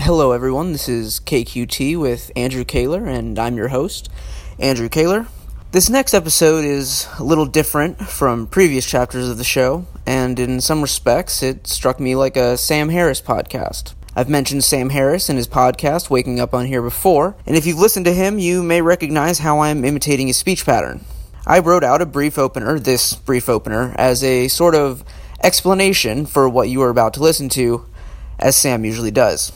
Hello, everyone. This is KQT with Andrew Kaler, and I'm your host, Andrew Kaler. This next episode is a little different from previous chapters of the show, and in some respects, it struck me like a Sam Harris podcast. I've mentioned Sam Harris and his podcast, Waking Up on Here, before, and if you've listened to him, you may recognize how I'm imitating his speech pattern. I wrote out a brief opener, this brief opener, as a sort of explanation for what you are about to listen to, as Sam usually does.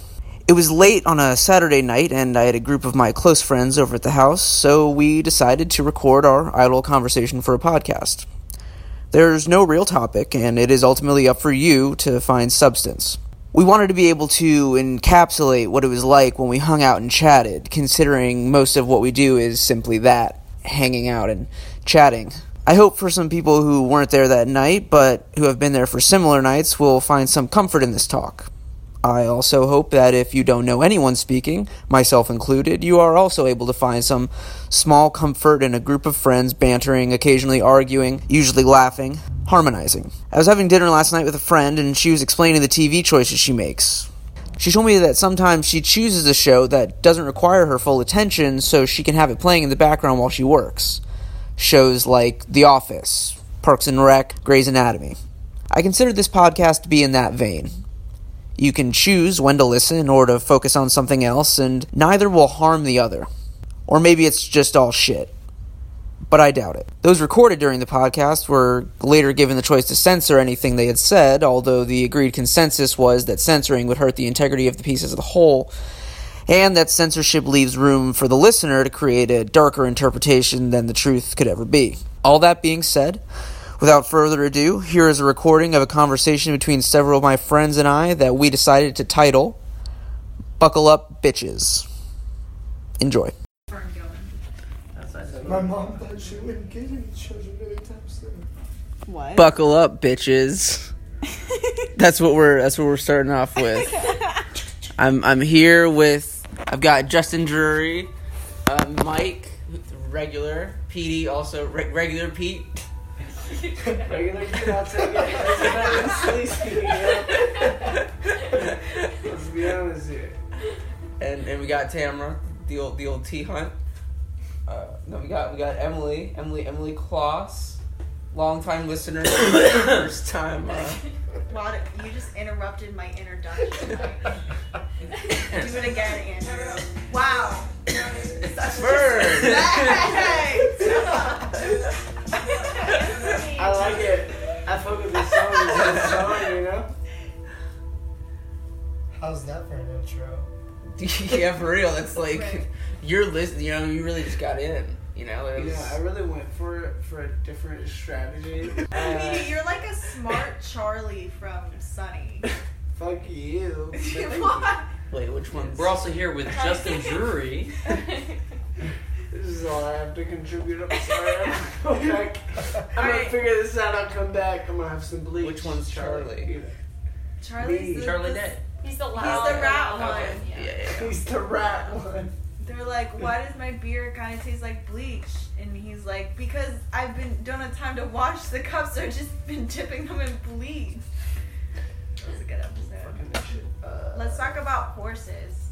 It was late on a Saturday night, and I had a group of my close friends over at the house, so we decided to record our idle conversation for a podcast. There's no real topic, and it is ultimately up for you to find substance. We wanted to be able to encapsulate what it was like when we hung out and chatted, considering most of what we do is simply that hanging out and chatting. I hope for some people who weren't there that night, but who have been there for similar nights, will find some comfort in this talk. I also hope that if you don't know anyone speaking, myself included, you are also able to find some small comfort in a group of friends bantering, occasionally arguing, usually laughing, harmonizing. I was having dinner last night with a friend, and she was explaining the TV choices she makes. She told me that sometimes she chooses a show that doesn't require her full attention so she can have it playing in the background while she works. Shows like The Office, Parks and Rec, Grey's Anatomy. I consider this podcast to be in that vein. You can choose when to listen or to focus on something else, and neither will harm the other. Or maybe it's just all shit. But I doubt it. Those recorded during the podcast were later given the choice to censor anything they had said, although the agreed consensus was that censoring would hurt the integrity of the piece as a whole, and that censorship leaves room for the listener to create a darker interpretation than the truth could ever be. All that being said, Without further ado, here is a recording of a conversation between several of my friends and I that we decided to title Buckle Up Bitches. Enjoy. My mom thought she wouldn't get any children anytime soon. What? Buckle up, bitches. that's what we're that's what we're starting off with. I'm I'm here with I've got Justin Drury, uh, Mike, regular, PD also re- regular Pete. Regular kid, I'll take it. That's not even sleazy, you know? Let's be honest here. and and we got Tamara, the old the old T Hunt. Uh, no, we got we got Emily, Emily Emily Kloss, longtime listener, first time. Uh, Lot of- you just interrupted my introduction. Do it again, Andrew. Wow. I like it. I fuck with this song. It's a good song, you know? How's that for an intro? yeah, for real. It's like Right. you're listening. You know, you really just got in. You know, it was- Yeah, I really went for for a different strategy. Nina, Uh, You're like a smart Charlie from Sunny. fuck you. but thank you. wait, which one? We're also here with Justin Drury. This is all I have to contribute. I'm sorry. I'm gonna go back. I'm gonna Alright. figure this out. I'll come back. I'm gonna have some bleach. Which one's Charlie? You know. Charlie's Me. the, Charlie the- Day. He's the loud loud He's the rat one. Okay. one. Yeah, yeah. yeah. He's the rat one. They're like, why does my beer kind of taste like bleach? And he's like, because I've been don't have time to wash the cups, so I've just been dipping them in bleach. That was a good episode. Fucking that shit. Uh, Let's talk about horses.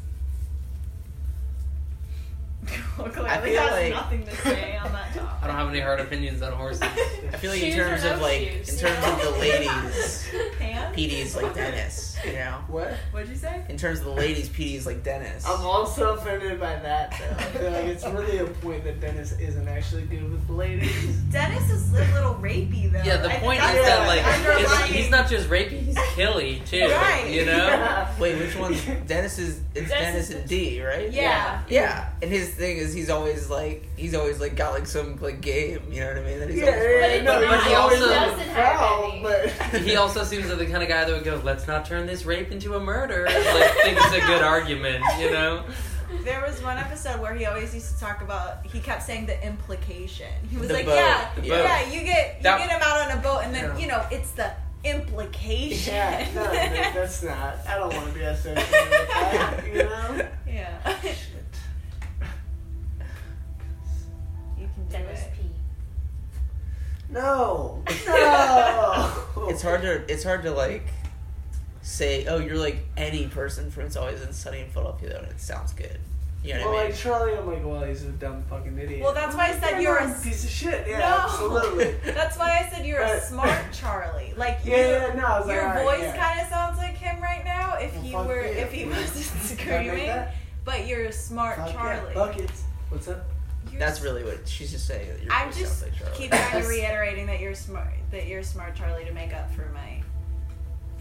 Clearly I feel has like- nothing to say on that I topic. don't have any hard opinions on horses. I feel like in Shoes terms or no of like shoes? in terms of the ladies, Pam? PD's like Dennis. You know, What? What'd you say? in terms of the ladies, PD's like Dennis. I'm also offended by that. Though. I feel like it's really a point that Dennis isn't actually good with ladies. Dennis is a little rapey though. yeah. The I think point is that's that the like underlying- it's- he's not just rapey, he's killy too. Right. You know. Yeah. Wait, which one's Dennis is it's Dennis Dennis, and D, right? Yeah. Yeah, and his thing is he's always like he's always like got like some like game, you know what I mean? That he's Yeah, always yeah, yeah, But no, he he's always also on the doesn't have prowl, any. but He also seems like the kind of guy that would go, "Let's not turn this rape into a murder." Like, think it's a good argument, you know? There was one episode where he always used to talk about. He kept saying the implication. He was The like, boat, yeah, the boat. yeah, you get you That- get him out on a boat, and then Yeah. you know it's the implication. yeah, no, that- that's not. I don't want to be associated with that. You know. yeah. You can do Dennis it. P. No. No. It's hard to it's hard to like say, "Oh, you're like any person from It's Always in Sunny in Philadelphia," though, and it sounds good. You know Well, what I mean? like Charlie, I'm like, well, he's a dumb fucking idiot. Well, that's why I said you're a. piece of shit. Yeah, No. absolutely. That's why I said you're a But- smart Charlie. Like you, Yeah, yeah, no, I was like, your alright, voice yeah. kind of sounds like him right now. If Well, he fuck were, yeah. if he wasn't Can I make screaming, that? but you're a smart Fuck yeah, Charlie. Buckets. What's up? You're That's s- really what she's just saying. That your I'm voice sounds just like Charlie. keep kind of reiterating that you're smart. That you're smart Charlie to make up for my.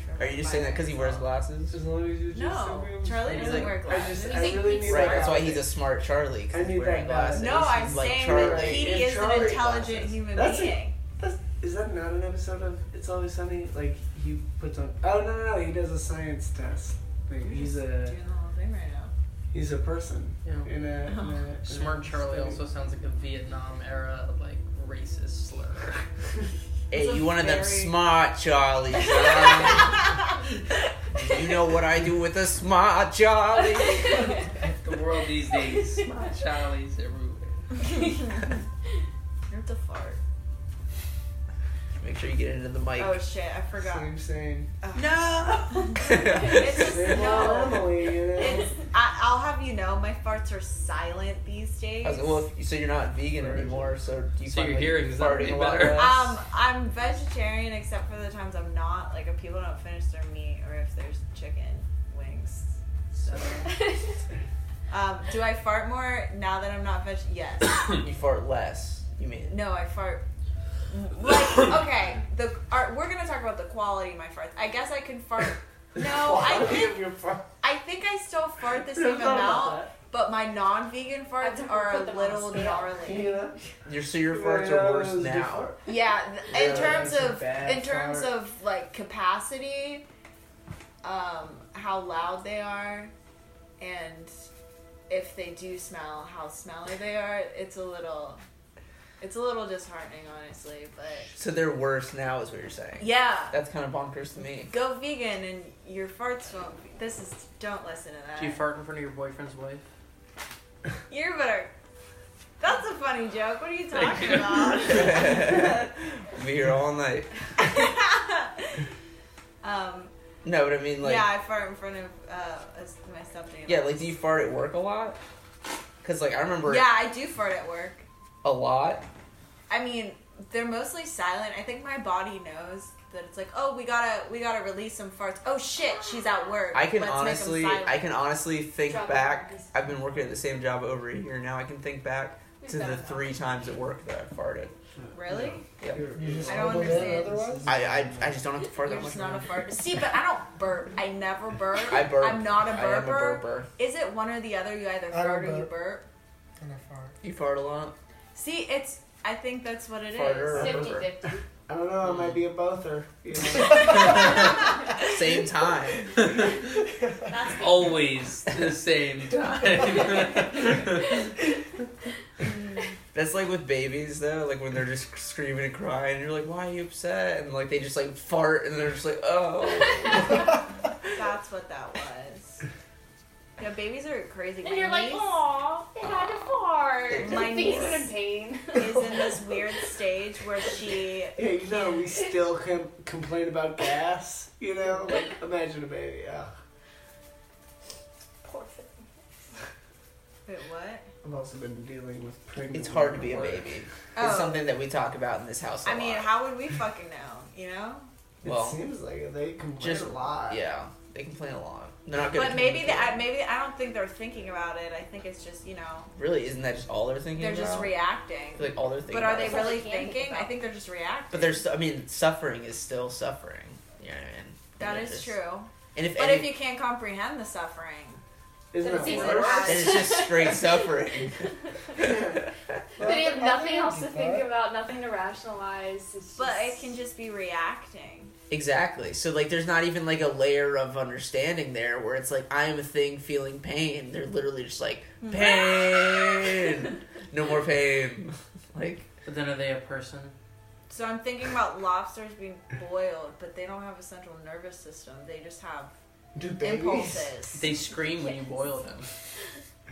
for Are you my just saying that because he wears violence. glasses? As long as you just No, tell me I'm Charlie sorry. doesn't He's like, wear I just, glasses. I He's like, really he's need Right. That's why glasses. he's a smart Charlie. 'cause I he's need wearing that glasses. glasses. It's No, I'm like saying that Charlie. Petey If is an Charlie intelligent glasses. human That's a- being. That's, is that not an episode of It's Always Sunny? Like he puts on. Oh no, no, no he does a science test. Like, he's a Doing the whole thing right now. he's a person Yeah. in a, in a in a Smart Charlie study. also sounds like a Vietnam era like racist slur. Hey, It's a you one of them very- smart Charlies. huh? you know what I do with a smart Charlie. the world these days, smart Charlies everywhere. You're to fart. Make sure you get into the mic. Oh shit, I forgot. Same, same. No. It's just- Same no. old Emily, you know? It's, I, I'll have you know, my farts are silent these days. I was like, well, if you, so you're not vegan Virgin. anymore, so do you So find your like, hearing's not farting any a lot better? less? um, I'm vegetarian except for the times I'm not. Like, if people don't finish their meat or if there's chicken wings. So, um, do I fart more now that I'm not veg? Yes. you fart less. You mean? No, I fart. Like, okay, the are, we're gonna talk about the quality of my farts. I guess I can fart. No, I Quality think of your fart. I think I still fart the I same thought about amount, that. but my non-vegan farts think we are put a them on little the scale. gnarly. You know? Your so your farts are worse now. Yeah, th- in Yeah, terms that's a of bad in terms fart. of like capacity, um, how loud they are, and if they do smell, how smelly they are. It's a little, it's a little disheartening, honestly. But So they're worse now, is what you're saying. yeah, That's kind of bonkers to me. go vegan and your farts won't. Be, this is don't listen to that. Do you fart in front of your boyfriend's wife? You're better. That's a funny joke. What are you Thank talking you. about? We'll be here all night. um, No, but I mean like yeah, I fart in front of uh, as- my stepdad. yeah, like do you fart at work a lot? Cause like I remember Yeah, I do fart at work. a lot. I mean, they're mostly silent. I think my body knows that it's like, oh, we gotta we gotta release some farts. Oh shit, she's at work. I can Let's make 'em honestly, silent. I can honestly think Job back. opportunities. I've been working at the same job over a year now. I can think back to the three times at work that I farted. really. Yeah. I don't understand. I, I, I just don't have to fart You're that much. just not a anymore. fart. See, but I don't burp. I never burp. I burp. I'm not a I am a burper. burper. Is it one or the other? You either I don't fart or you burp. burp. And I fart. You fart a lot. See, it's. I think that's what it is. Farter. Fifty-fifty. I don't know. I might be a bother. You know? Same time. Always the same time. That's like with babies though, like when they're just screaming and crying, and you're like, "Why are you upset?" And like they just like fart, and they're just like, "Oh." That's what that was. Yeah, babies are crazy. And you're My like, niece aw, they had to fart. My Things niece- are in pain. is in this weird stage where she Yeah, you know, we still com- complain about gas. You know, like imagine a baby. ugh. Poor thing. Wait, what? I've also been dealing with pregnant. It's hard to be a work. baby. Oh. It's something that we talk about in this house. I I mean, how would we fucking know? You know? It Well, seems like it. they complain just- a lot. yeah, they complain a lot. They're not good. But at maybe the, I communicating. maybe I don't think they're thinking about it. I think it's just you know really isn't that just all they're thinking they're about? just reacting. I feel like all they're thinking. But are about they is- all really they can think thinking? I about. think they're just reacting. But there's. I mean, suffering is still suffering. You know what I mean? That And is it's- true. And if But any, if you can't comprehend the suffering, Isn't But it it's worse? worse. then it's just straight suffering. They have nothing else to Fart. think about, nothing to rationalize. It's just, but it can just be reacting. Exactly. So like there's not even like a layer of understanding there where it's like I am a thing feeling pain. They're literally just like pain. no more pain. Like but then are they a person? So I'm thinking about lobsters being boiled, but they don't have a central nervous system. They just have Do babies? impulses. They scream when you boil them.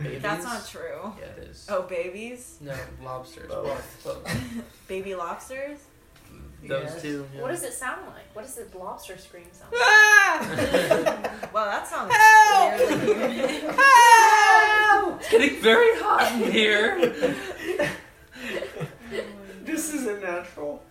babies. That's not true. Yeah, it is. Oh, babies? No, lobsters. Oh. Both. both. Baby lobsters? Those Yes. two. yeah. What does it sound like? What does the lobster scream sound like? Ah! Wow, that sounds Help! Ah! It's getting very hot in here. This isn't natural.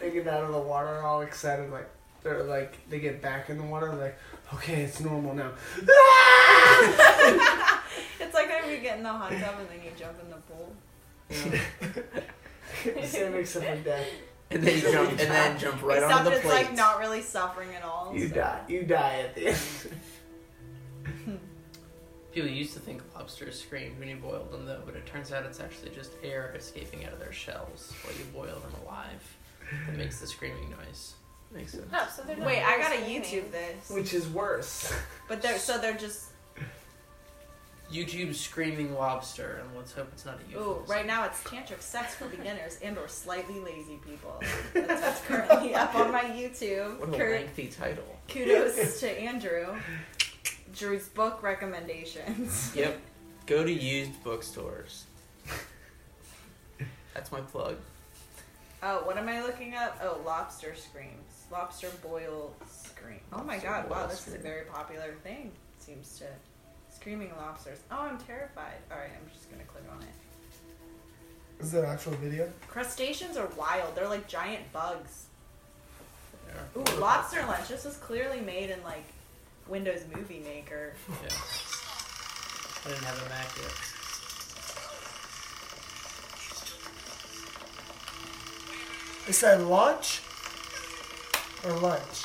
they get out of the water all excited, like they're like they get back in the water, like okay, it's normal now. It's like when you get in the hot tub and then you jump in the pool. Sam except for death. And then you jump, and then jump right Except onto the it's plate. like not really suffering at all. You so- die. You die at the end. People used to think lobsters screamed when you boiled them, though, but it turns out it's actually just air escaping out of their shells while you boil them alive. That makes the screaming noise. Makes sense. No, Oh, so they're not Wait, I gotta really YouTube screaming. this. Which is worse. But they're so they're just YouTube screaming lobster, and let's hope it's not a ooh. euphemism. Right now it's tantric sex for beginners and or slightly lazy people. That's what's currently up on my YouTube. What a Kurt, lengthy title. kudos to Andrew. Drew's book recommendations. Yep. Go to used bookstores. That's my plug. Oh, what am I looking up? Oh, lobster screams. Lobster boil scream. Oh my Lobster god, wow, boil this is a scream. very popular thing. Seems to. Screaming lobsters. Oh, I'm terrified. Alright, I'm just gonna click on it. Is that actual video? Crustaceans are wild. They're like giant bugs. Yeah. Ooh, lobster lunch. This was clearly made in like Windows Movie Maker. Yeah. I didn't have a Mac yet. Is that lunch or lunch?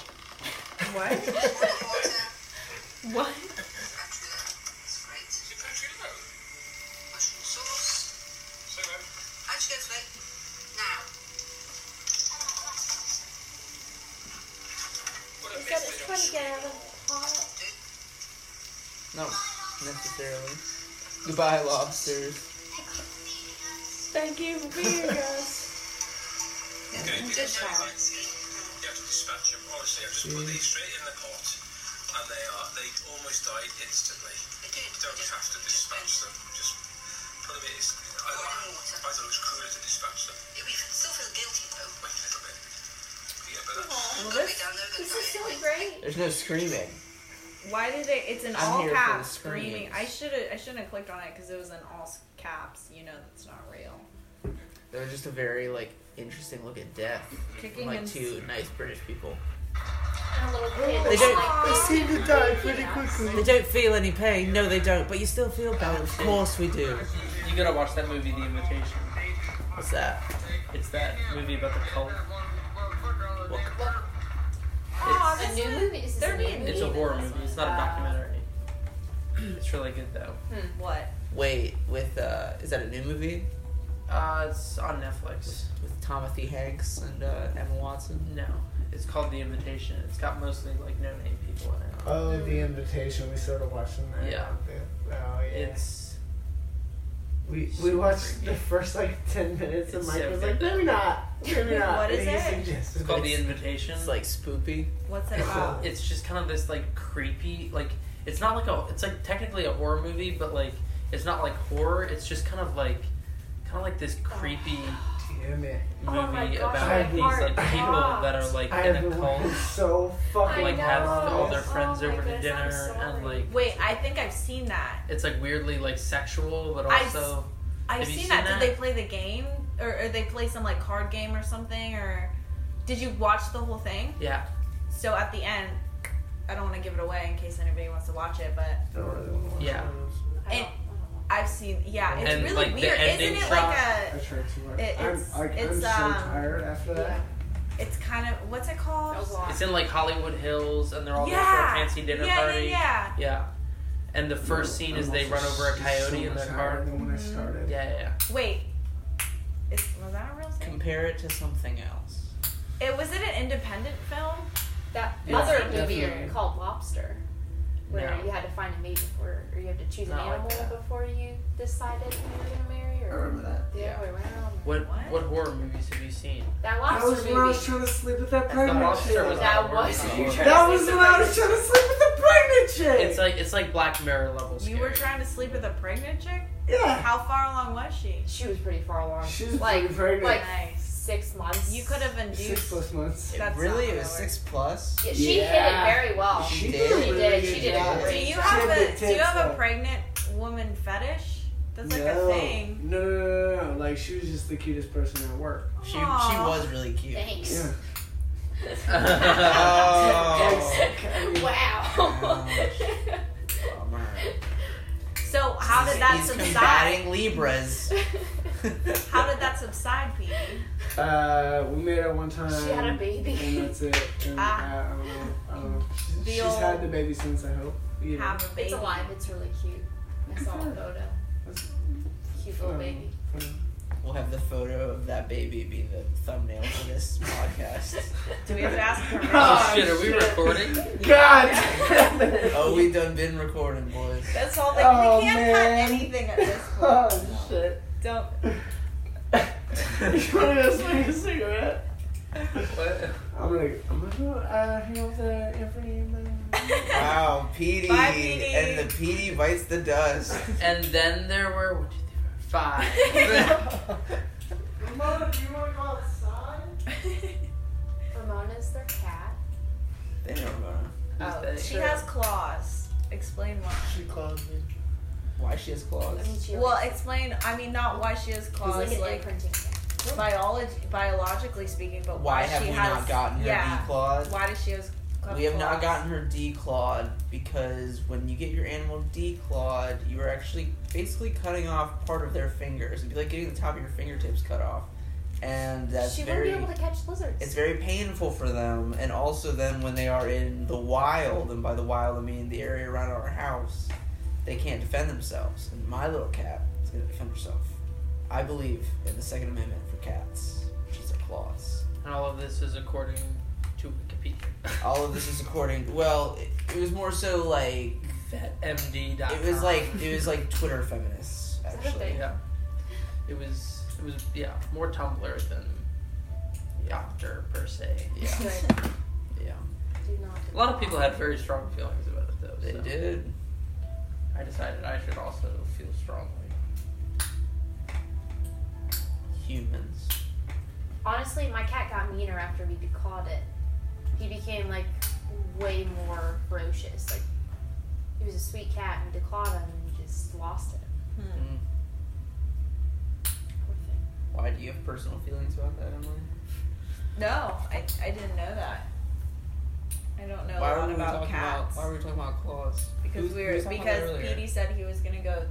What? what? He's got it's trying to get out of the pot. Not necessarily. Goodbye, lobsters. Thank you for being us. Good child. You have to dispatch them. Honestly, I just put these straight in the pot, and they are they almost died instantly. You don't have to dispatch them. Just put them in. It's, I, I thought it was cruel to dispatch them. We still feel guilty though. Wait a little bit. Yeah, but that's Well, But we this, don't know the This is so time. great. There's no screaming. why did they? It's in I'm all here for caps the screams. screaming. I should have. I shouldn't have clicked on it because it was in all s- caps. You know that's not real. They were just a very like interesting look at death. From, Kicking like and two nice British people. And a little kid. Oh They don't- Aw. They seem to die pretty Yeah. quickly. They don't feel any pain. No, they don't. But you still feel bad. Of course we do. You gotta watch that movie, The Invitation. What's that? It's that movie about the cult. Aw, A this new is- movie. This is they're a new being- movie. It's a horror That's movie. It's fine. not a documentary. It's really good though. Hmm, What? Wait, with uh, is that a new movie Uh, it's on Netflix. with Timothy Hanks and uh, Emma Watson? No, it's called The Invitation. It's got mostly like no-name people in it. Oh, the invitation. We started watching that. Yeah. Oh yeah. It's We, we watched the first like ten minutes and It's Mike so was like, good. maybe not, maybe not. What is And he it? suggested it's called The this. Invitation. It's like spoopy. What's it about? it's just kind of this like creepy like it's not like a it's like technically a horror movie but like it's not like horror it's just kind of like kind of like this creepy Damn it! Oh my movie gosh, my about these heart like people dropped. that are like I in have a been cult working so fucking. like know. have all their Oh friends my over to goodness, I'm dinner sorry. and like Wait, I think I've seen that. it's like weirdly like sexual but I've also I've Have you seen, seen that. that? Did they play the game, or, or they play some like card game or something, or did you watch the whole thing? yeah So at the end, I don't want to give it away in case anybody wants to watch it, but I don't really want to watch Yeah. one of those. and I've seen. Yeah, it's And, really like, the weird, ending isn't it? shot- Like a, I tried too hard. It- I'm, it's- like, I'm it's, so um, tired after that. it's kind of what's it That was called? a lot. it's in like Hollywood Hills and they're all Yeah. there for a fancy dinner yeah, party yeah, yeah. and the first scene I'm is they also run over a so coyote in much their higher car than when I started. yeah yeah, yeah. Mm-hmm. yeah. Wait, is, was that a real thing? Compare it to something else. It was it an independent film? That Yeah, other movie definitely. called Lobster, where No. you had to find a mate before, or you had to choose an Not like animal that. before you decided who you were gonna marry, I or remember that. the Yeah. other way around. What, What? what horror movies have you seen? That That was lobster when I was movie. trying to sleep with that That's not pregnant lobster, chick. it was That horror was movie. you trying That to was sleep when with I that- was trying to sleep with the pregnant chick. It's like it's like Black Mirror level. Scary. You were trying to sleep with a pregnant chick? Yeah. How far along was she? She was pretty far along. She's Like, pretty pregnant. like Nice. Six months. you could have six induced. plus months. It That's really not it was how it six plus. Yeah, she Yeah. hit it very well. She She did. did. a She really did, good she did job. great. Do you She have had a good do you tits, have a though. pregnant woman fetish? That's like no. a thing. No, no, no, no, no. Like she was just the cutest person at work. She she Aw. was really cute. Thanks. Yeah. Oh. Like, I mean, Wow. Bummer. So how did that Oh, He's subside? combating Libras. How did that subside, Petey? Uh, we made out one time. She had a baby. And that's it. And uh, Ah. I, I don't know. I don't know. She's, The she's old- had the baby since I hope. You know. Have a baby. It's alive. It's really cute. I saw a photo. Cute little Um, baby. We'll have the photo of that baby be the thumbnail for this podcast. Do we have to ask Oh, permission? Oh, shit, are we recording? God damn it. Oh, we done been recording, boys. That's all. They, Oh, they can't man. cut anything at this point. Oh shit. Don't. you want to smoke a cigarette? What? I'm gonna, I'm gonna go, uh, hang over there in front of you, man. Wow, Petey, Bye, Petey. and the Petey bites the dust. And then there were one, two, three, four, five. Mom, do you want to go outside? Ramona's their cat. They don't know Oh, Who's she they? has claws. Explain why. She called me. why she has I claws. mean, she Well, always- explain. I mean, not why she has it's claws, like an like imprinting cat. biology, biologically speaking, but Why have she we has, not gotten her yeah, declawed? Why does she have claws? We have not gotten her declawed because when you get your animal declawed, you are actually basically cutting off part of their fingers. It'd be like getting the top of your fingertips cut off, and that's she very. wouldn't be able to catch lizards. It's very painful for them, and also then when they are in the wild, and by the wild I mean the area around our house, they can't defend themselves. And my little cat is going to defend herself. I believe in the Second Amendment for cats, which is their claws. And all of this is according to Wikipedia. All of this is according. Well, it, it was more so like VetMD.com. it was like it was like Twitter feminists that a actually. thing? Yeah. It was, it was, yeah, more Tumblr than doctor per se. Yeah, Good. yeah, Do not do A lot of that. people had very strong feelings about it, though. they so did. I decided I should also feel strongly. Humans. Honestly, my cat got meaner after we declawed it. He became like way more ferocious. Like he was a sweet cat, and we declawed him, and we just lost it. Hmm. Mm. Poor thing. Why do you have personal feelings about that, Emily? No, I, I didn't know that. I don't know why a were lot we about talking cats about? Why were we talking about claws? because Who- we who were was talking about that because earlier? Petey said he was gonna go.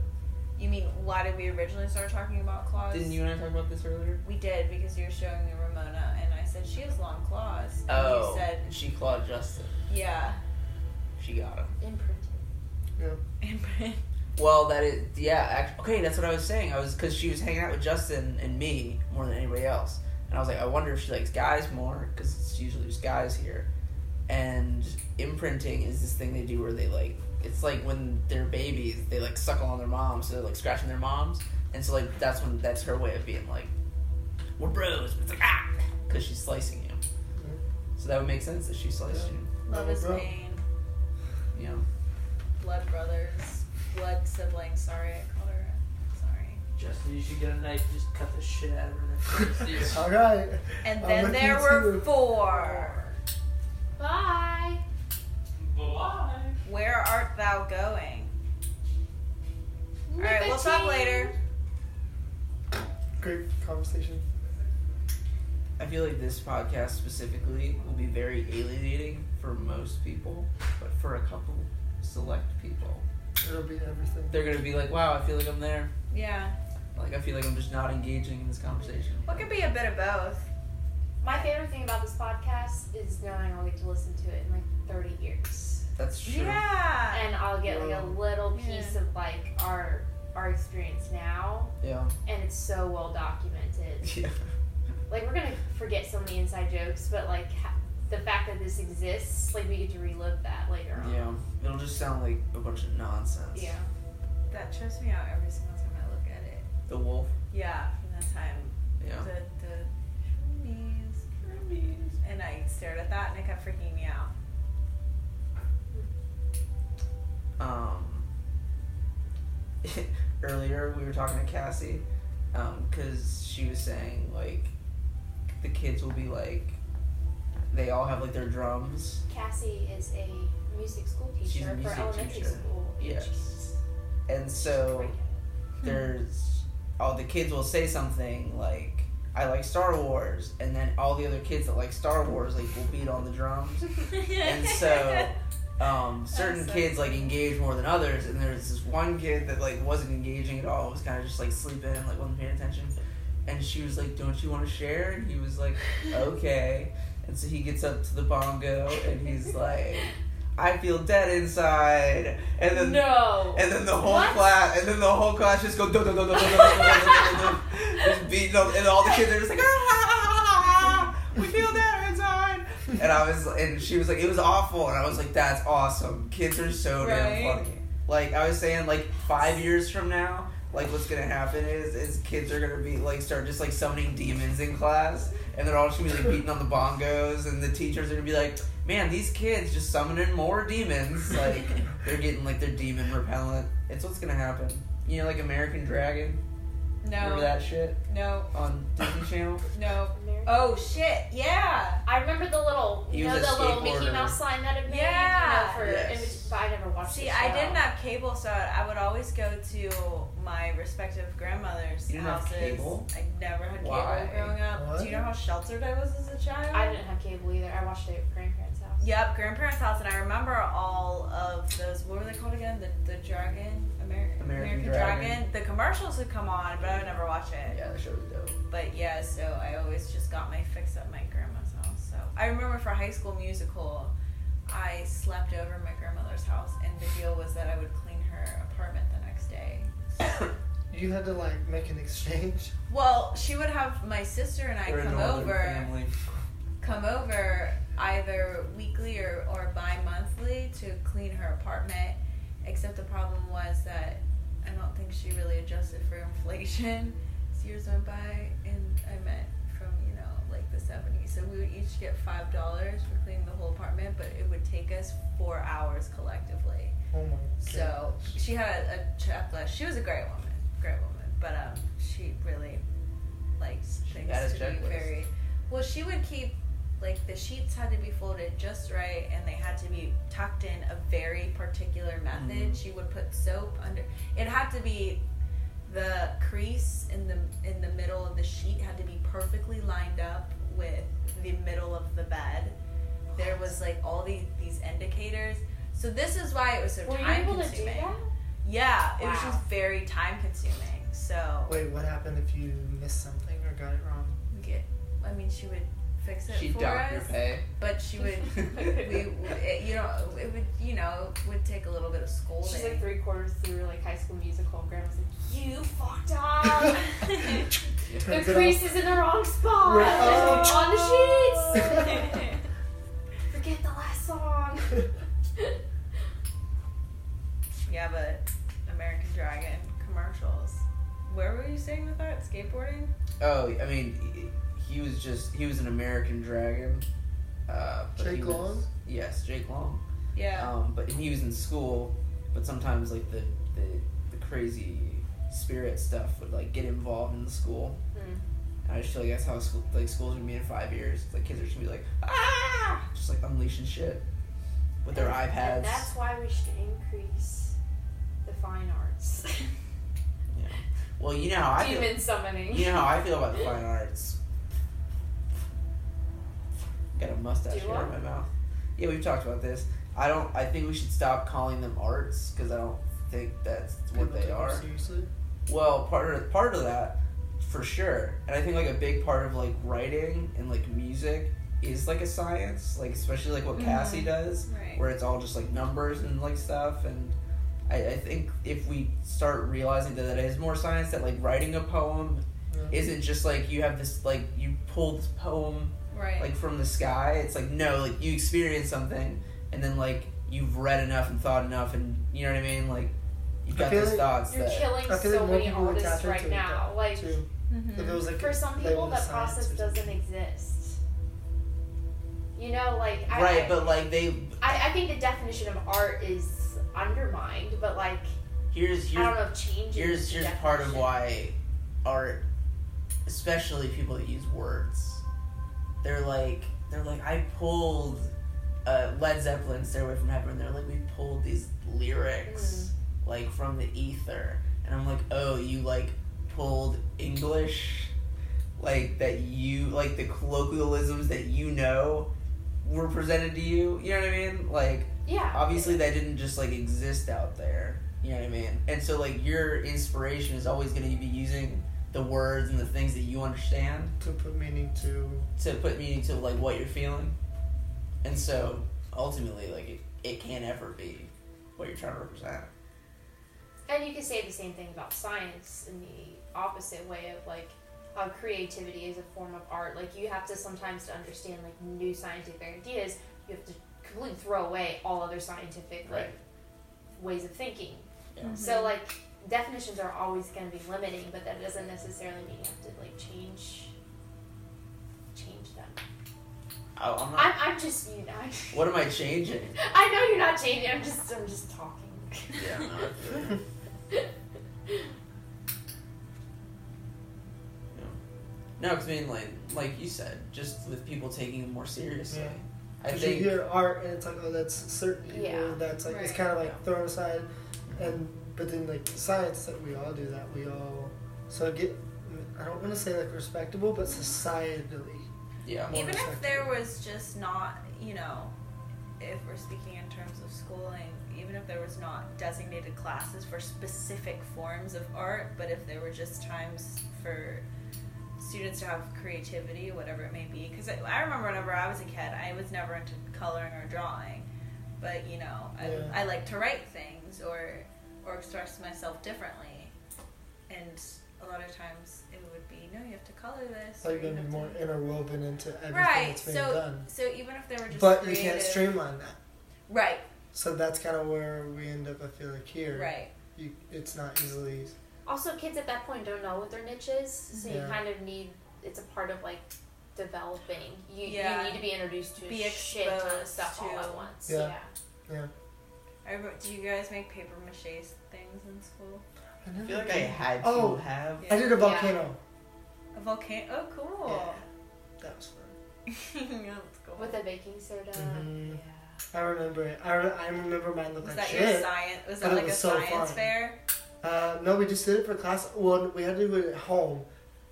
You mean why did we originally start talking about claws? Didn't you and I talk about this earlier? We did because you were showing me Ramona, and I said she has long claws. And you said and she clawed Justin. yeah. She got him. Imprinted. Well, that is yeah. Act- okay, that's what I was saying. I was because she was hanging out with Justin and me more than anybody else, and I was like, I wonder if she likes guys more because it's usually just guys here. And imprinting is this thing they do where they like it's like when they're babies they like suckle on their moms, so they're like scratching their moms, and so like that's when that's her way of being like we're bros. It's like ah because she's slicing you. So that would make sense that she sliced Love is Bro. pain. you. You know. Blood brothers. Blood siblings. Sorry, I called her. Sorry. Justin, you should get a knife and just cut the shit out of her. Seriously. All right. And I'm then looking there were too. four. Bye. Where art thou going? All right, we'll talk later. Great conversation. I feel like this podcast specifically will be very alienating for most people, but for a couple select people, It'll be everything. they're gonna be like, "Wow, I feel like I'm there." Yeah, Like I feel like I'm just not engaging in this conversation. what could be a bit of both? My favorite thing about this podcast is knowing I'll get to listen to it in like 30 years. That's true. Yeah. And I'll get like a little Yeah. piece of like our our experience now Yeah. and it's so well documented. Yeah. Like we're going to forget so many inside jokes, but like ha- the fact that this exists, like we get to relive that later on. Yeah. It'll just sound like a bunch of nonsense. Yeah. That trips me out every single time I look at it. The wolf. Yeah, from the time Yeah. the the Hermes, Hermes, and I stared at that and it kept freaking me out. Um. earlier earlier. We were talking to Cassie because she was saying like the kids will be like they all have like their drums. Cassie is a music school She's a teacher music for elementary teacher. school. age Yes. kids. And so Right. Hmm. there's all the kids will say something like I like Star Wars, and then all the other kids that like Star Wars like will beat on the drums, and so um, certain That's so kids like engage more than others, and there's this one kid that like wasn't engaging at all, was kind of just like sleeping, like wasn't paying attention, and she was like, "Don't you want to share?" And he was like, "Okay," and so he gets up to the bongo and he's like, "I feel dead inside," and then no. and then the whole What? class, and then the whole class just go dum dum dum dum dum dum dum dum dum, dum, just beating up, and all the kids are just like, ah, ah, ah, ah, we feel that inside. And I was, and she was like, it was awful, and I was like, that's awesome. Kids are so damn Right. funny. Like I was saying, like five years from now, like what's gonna happen is, is kids are gonna be like start just like summoning demons in class, and they're all just gonna be like beating on the bongos, and the teachers are gonna be like, man, these kids just summoning more demons, like. They're getting like their demon repellent. It's what's gonna happen. You know, like American Dragon. Remember no. that shit No. on Disney Channel? No. American- Oh shit! Yeah. I remember the little, He you know, was a the little skateboarder. Mickey Mouse sign that had been, Yeah. you know, for, Yes. image- but I never watched See, the I show. didn't have cable, so I would always go to my respective grandmother's You didn't have houses. cable? I never had Why? cable growing up. What? Do you know how sheltered I was as a child? I didn't have cable either. I watched it at grandparents' house. Yep, grandparents' house, and I remember all of those. What were they called again? The the dragon, American, American dragon. Dragon. The commercials would come on, but I would never watch it. Yeah, the show was dope. But yeah, so I always just got my fix at my grandma's house. So I remember for High School Musical, I slept over at my grandmother's house, and the deal was that I would clean her apartment the next day. You had to like make an exchange. Well, she would have my sister and I We're a come northern over, Family. come over either weekly or, or bi-monthly to clean her apartment. Except the problem was that I don't think she really adjusted for inflation as years went by, and I meant from you know like the '70s. So we would each get five dollars for cleaning the whole apartment, but it would take us four hours collectively. Oh my. So God. she had a, a checklist. She was a great woman, great woman, but um, she really liked things had a to be checklist. very. Well, she would keep like the sheets had to be folded just right, and they had to be tucked in a very particular method. Mm-hmm. She would put soap under. It had to be the crease in the in the middle of the sheet had to be perfectly lined up with the middle of the bed. There was like all these these indicators. So this is why it was so Were you time able to do consuming. that? Yeah, it was Wow. just very time consuming. So Wait, what happened if you missed something or got it wrong? we get, I mean, she would fix it She for docked your us, pay. but she would, we, would- it, you know, it would, you know, it would take a little bit of scolding. She's like three quarters through like High School Musical. and Grandma's like, "You fucked up. Um, the Turns it crease is in the wrong spot Right. Oh. on the sheets. off. Forget the last song." yeah, but American Dragon commercials. Where were you saying with that skateboarding? Oh, I mean, he was just he was an American Dragon. Uh, but he Jake was- Long? Yes, Jake Long. Yeah. Um, but and he was in school, but sometimes like the the, the crazy spirit stuff would like get involved in the school. Hmm. And I just feel like that's how school, like schools gonna be in five years. Like kids are just gonna be like ah, just like unleashing shit with their And- iPads. And that's why we should increase the fine arts. well, you know how I feel. Demon summoning. You know how I feel about the fine arts. Got a mustache Do hair in my I? mouth. Yeah, we've talked about this. I don't. I think we should stop calling them arts because I don't think that's what People they take you are. Seriously. Well, part of, part of that, for sure, and I think like a big part of like writing and like music is like a science, like especially like what Cassie does, Mm-hmm. Right. where it's all just like numbers and like stuff. And I, I think if we start realizing that that is more science, that like writing a poem Mm-hmm. Yeah. isn't just like you have this like you pulled this poem Right. like from the sky. It's like no, like you experience something, and then like you've read enough and thought enough, and you know what I mean. Like you've I got feel these like thoughts You're that killing I feel so like more many people would artists tap right into it, now. though, Like too. Mhm. If it was like for some people, labeled as that science process or doesn't something. exist. You know, like I, right, I- but like they I, I think the definition of art is undermined, but like here's I don't here's know if changes. here's here's part of why art, especially people that use words, they're like they're like I pulled uh, Led Zeppelin "Stairway from Heaven." They're like we pulled these lyrics Hmm. like from the ether, and I'm like, oh, you like pulled English, like that you like the colloquialisms that you know were presented to you. You know what I mean? Like Yeah. obviously that didn't just like exist out there you know what i mean and so like your inspiration is always going to be using the words and the things that you understand to put meaning to. to put meaning to like what you're feeling and so ultimately like it, it can't ever be what you're trying to represent And you can say the same thing about science in the opposite way of like how creativity is a form of art. Like you have to sometimes to understand like new scientific ideas, you have to completely throw away all other scientific like ways of thinking. Yeah. So like definitions are always going to be limiting, but that doesn't necessarily mean you have to like change change them. I, i'm not I'm, I'm just you know what am i changing I know you're not changing. I'm just I'm just talking. yeah no, I feel you. no because i mean like like you said just with people taking it more seriously Yeah. i 'Cause think you hear art and it's like, oh, that's certain people. Yeah, that's like it's right. kind of like thrown aside, and but then like science, like we all do that. We all so get. I don't want to say like respectable, but societally. yeah more Even if respectable. there was just not, you know, if we're speaking in terms of schooling, even if there was not designated classes for specific forms of art, but if there were just times for students to have creativity, whatever it may be. Because I, I remember whenever I was a kid, I was never into coloring or drawing, but you know, I, Yeah. I like to write things or or express myself differently, and a lot of times it would be no, you have to color this. Like or you gonna have be to- more interwoven into everything right. that's being so done. so even if they were just But creative, you can't streamline that. right, So that's kind of where we end up. I feel like here, right, you, it's not easily. Also, kids at that point don't know what their niche is, so Yeah. you kind of need. It's a part of like developing. You Yeah. you need to be introduced to Be a shit ton of exposed stuff all to- at once. Yeah. Yeah. I remember, do you guys make paper mache things in school? I feel like I had to Oh. have. I did a Yeah. volcano. A volcano? Oh, cool. That was fun. That's cool. With the baking soda. Mhm. Yeah. I remember it. I, re- I remember mine looked was like that shit. your science? Was But that it like was a so science fun. fair? Uh, no, we just did it for class. Well, we had to do it at home,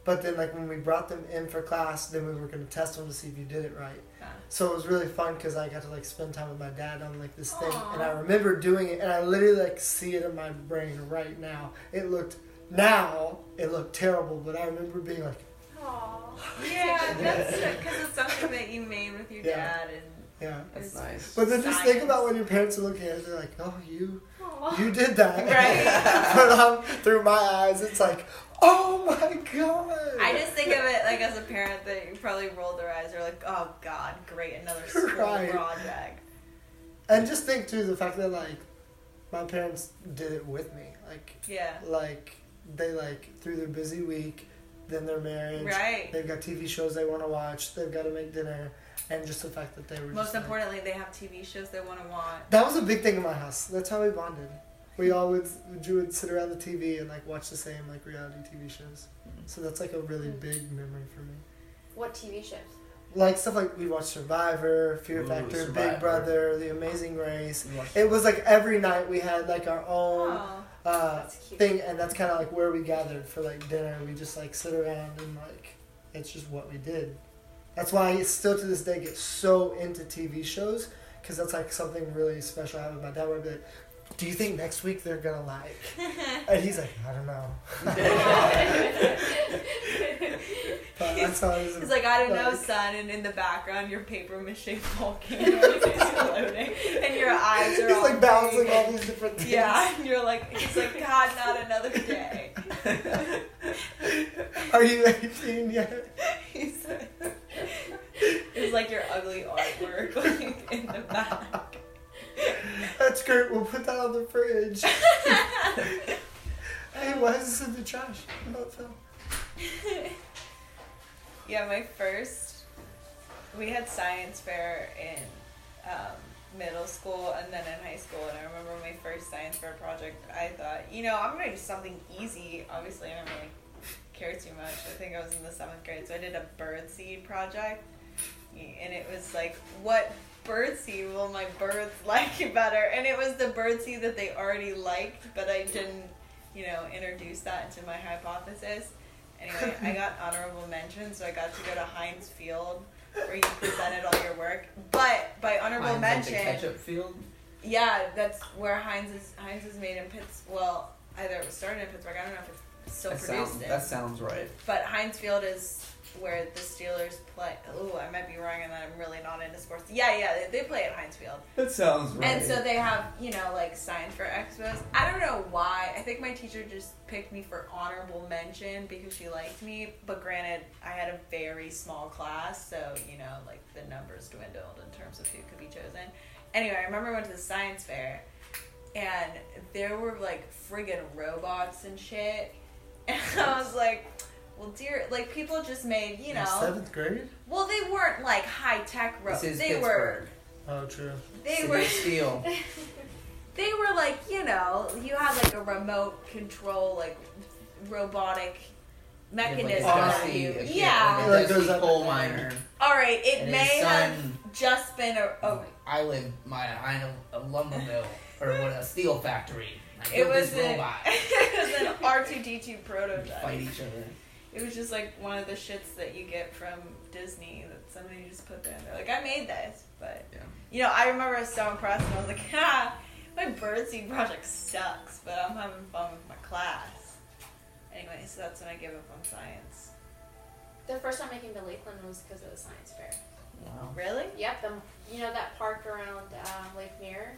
but then like when we brought them in for class, then we were gonna test them to see if you did it right. Ah. So it was really fun because I got to like spend time with my dad on like this thing, Aw. and I remember doing it, and I literally like see it in my brain right now. It looked now it looked terrible, but I remember being like, Aww. Yeah, that's because it's something that you made with your Yeah. dad and. yeah. That's nice. But then just think Science. about when your parents are looking at it, they're like, oh, you Aww. you did that, Right. but um, through my eyes, it's like, oh my god. I just think of it like as a parent that you probably roll their eyes. They're like, "Oh God, great, another school Right. project." And just think too the fact that like my parents did it with me. Like Yeah, like they like through their busy week, then their marriage. right. They've got TV shows they want to watch. They've got to make dinner, and just the fact that they were Most just, like- importantly, they have TV shows they want to watch. that was a big thing in my house. That's how we bonded. We all would, we would sit around the TV and like watch the same like reality TV shows. So that's like a really Mm. big memory for me. What TV shows? Like stuff like we watched Survivor, Fear Ooh, Factor, Survivor. Big Brother, The Amazing Race. We watched- It was like every night we had like our own Oh, uh, That's cute. thing, and that's kind of like where we gathered for like dinner. We just like sit around and like it's just what we did. That's why I still to this day get so into TV shows because that's like something really special I have with my dad. Where I'd be like, "Do you think next week they're gonna like?" and he's like, "I don't know." but that's how it he's is. like, "I don't know, Like- son." And in the background, your paper mache volcano is exploding, and your eyes are He's all like balancing green. all these different things. Yeah, and you're like, he's like, God, not another day. Are you 18 yet? He's it's like your ugly artwork like, in the back. That's great. We'll put that on the fridge. hey, why is this in the trash? I'm not filming. yeah, my first, we had science fair in um, middle school and then in high school. And I remember my first science fair project, I thought, you know, I'm going to do something easy. Obviously, I don't really care too much. I think I was in the seventh grade, so I did a bird seed project. And it was like, what bird seed will my birds like better? And it was the bird seed that they already liked, but I didn't, you know, introduce that into my hypothesis. Anyway, I got honorable mention, so I got to go to Heinz Field where you presented all your work. But by honorable Mine's like the mention, ketchup field. yeah, that's where Heinz is. Heinz is made in Pitts. Well, either it was started in Pittsburgh. I don't know if it's still That produced sounds, in. that sounds right. But Heinz Field is where the Steelers play. Ooh, I might be wrong, and I'm really not into sports. Yeah, yeah, they, they play at Heinz Field. That sounds right. And so they have, you know, like science fair expos. I don't know why. I think my teacher just picked me for honorable mention because she liked me. But granted, I had a very small class, so you know, like the numbers dwindled in terms of who could be chosen. Anyway, I remember I went to the science fair, and there were like friggin' robots and shit, and I was like. Well, dear, like people just made, you In know. seventh grade? Well, they weren't like high tech robots. this is They were. Pittsburgh. Oh, true. They City were. of Steel. they were like you know you had like a remote control like robotic mechanism Like on a you dusty- a yeah kid, Like Like a goes dusty up coal and down. miner. all right it And may his have son- just been a oh I live my I have a lumber mill or what a steel factory. I it built was, this a, robot. it was an r2d2 Fight prototype each other. it was just like one of the shits that you get from disney that somebody just put there and they're like i made this but Yeah. you know i remember i was so impressed and i was like ha my birdseed project sucks but i'm having fun with my class anyway so that's when i gave up on science The first time I came to Lakeland was because of the science fair. Wow. Really? Yep, the, you know that park around um, Lake Mirror?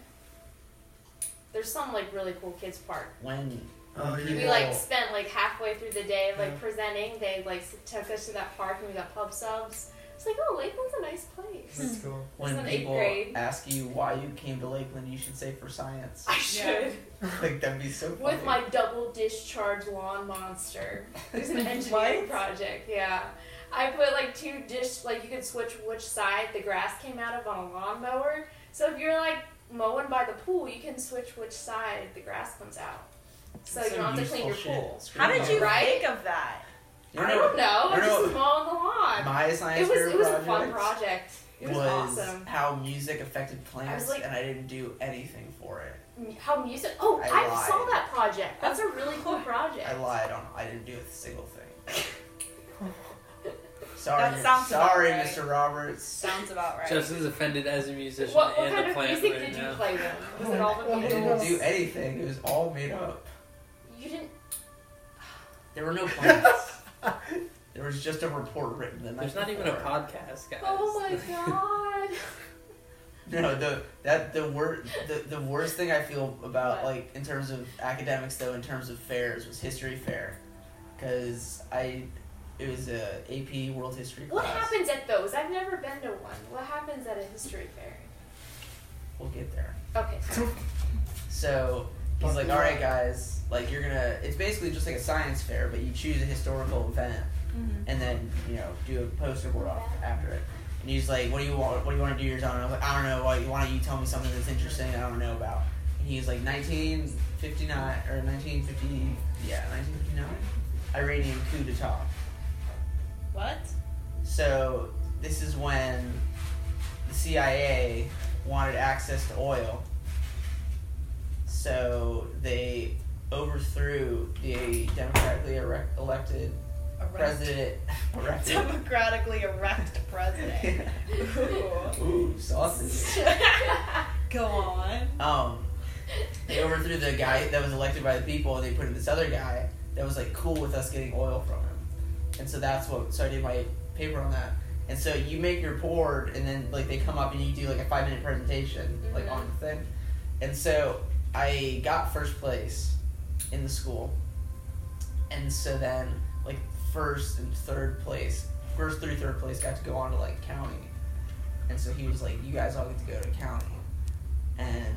There's some like really cool kids park. When Oh, when yeah. We people- like spent like halfway through the day like Yeah. presenting. They like s- took us to that park and we got pub subs. It's like, oh, Lakeland's a nice place. That's cool. It's when in eighth people grade. ask you why you came to Lakeland, you should say for science. I should like that'd be so. Funny. with my double discharge lawn monster. It was an engineering What? project. Yeah, I put like two dish like you could switch which side the grass came out of on a lawnmower. So if you're like mowing by the pool, you can switch which side the grass comes out. So you Some don't have to clean your useful pool. shit. How did you Right? think of that? You I know- don't know. you I'm know just mowing the lawn. My science It was fair it was a project fun project. It was, awesome. how music affected plants, like- and I didn't do anything for it. M- How music? Oh, I I, lied. saw that project. That's a really cool project. I lied on. I didn't do a single thing. That sorry, sounds about sorry, right. Mr. Roberts. Sounds about right. Just as offended as a musician What, what and kind a of plant music right did now. you play then? Was it all the Oh, I Beatles? didn't do anything. It was all made up. You didn't. There were no plans. there was just a report written the night There's not even a before. podcast, guys. Oh my god. No, the that the worst the, the worst thing I feel about What? like in terms of academics though in terms of fairs was history fair, because I it was a AP World History what class. happens at those? I've never been to one. What happens at a history fair? We'll get there. Okay. So he's Fuck like, you. all right, guys, like you're gonna. It's basically just like a science fair, but you choose a historical event Mm-hmm. and then you know do a poster board off after it. And he's like, what do you want? What do you want to do yours on? And I was like, I don't know. Why, why don't you tell me something that's interesting? I don't know about. And he's like, 1959 or 1950, yeah, 1959, Iranian coup d'état. what? So this is when the CIA wanted access to oil. So they overthrew the democratically erect- elected Erect. president. Erected. Democratically erect president. Ooh. Ooh, sauces. Go on. Um, they overthrew the guy that was elected by the people, and they put in this other guy that was like cool with us getting oil from him. And so that's what. So I did my paper on that. And so you make your board, and then like they come up and you do like a five minute presentation, like on the thing. And so I got first place in the school. And so then like first and third place, first through third place got to go on to like county. And so he was like, "You guys all get to go to county." And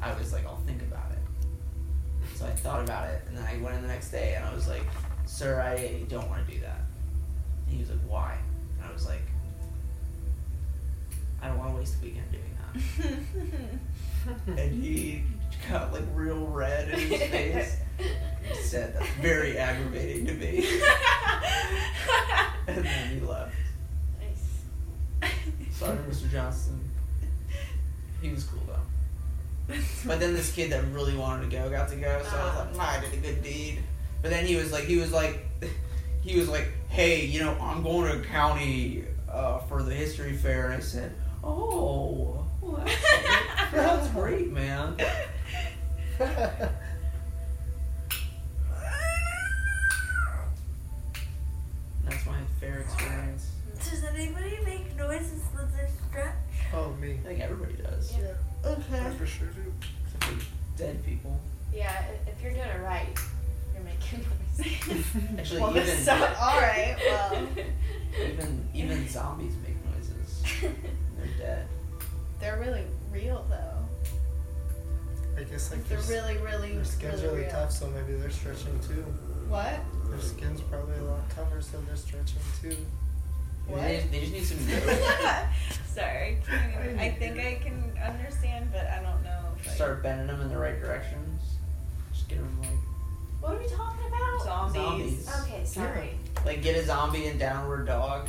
I was like, "I'll think about it." So I thought about it, and then I went in the next day, and I was like, "Sir, I don't want to do that." And he was like, "Why?" And I was like, "I don't want to waste the weekend doing that." and he got like real red in his face. He said, "That's very aggravating to me," and then he left. Nice. Sorry, Mr. Johnson. He was cool though. But then this kid that really wanted to go got to go, so I was like, nah, I did a good deed. But then he was like, he was like, he was like, hey, you know, I'm going to county uh, for the history fair, and I said, oh, well, that's, that's great, man. That's my fair experience. Does anybody make noises with their strut? oh me. I think everybody does, Yeah. I for sure do. except for dead people. Yeah, i- if you're doing it right, you're making noise. Actually, Well, even that's not all right. Well, Even even zombies make noises. They're dead. they're really real though. I guess like They're their, s- really, really, their skin's really, really real. tough, so maybe they're stretching too. What? Their skin's probably a lot tougher, so they're stretching too. Maybe They, just, they just need some dope. Sorry, I can't even- I think I can understand, but I don't know. If I- Start bending them in the right directions. Just get them like what are we talking about? zombies. Zombies. Okay, sorry. Like get a zombie and downward dog.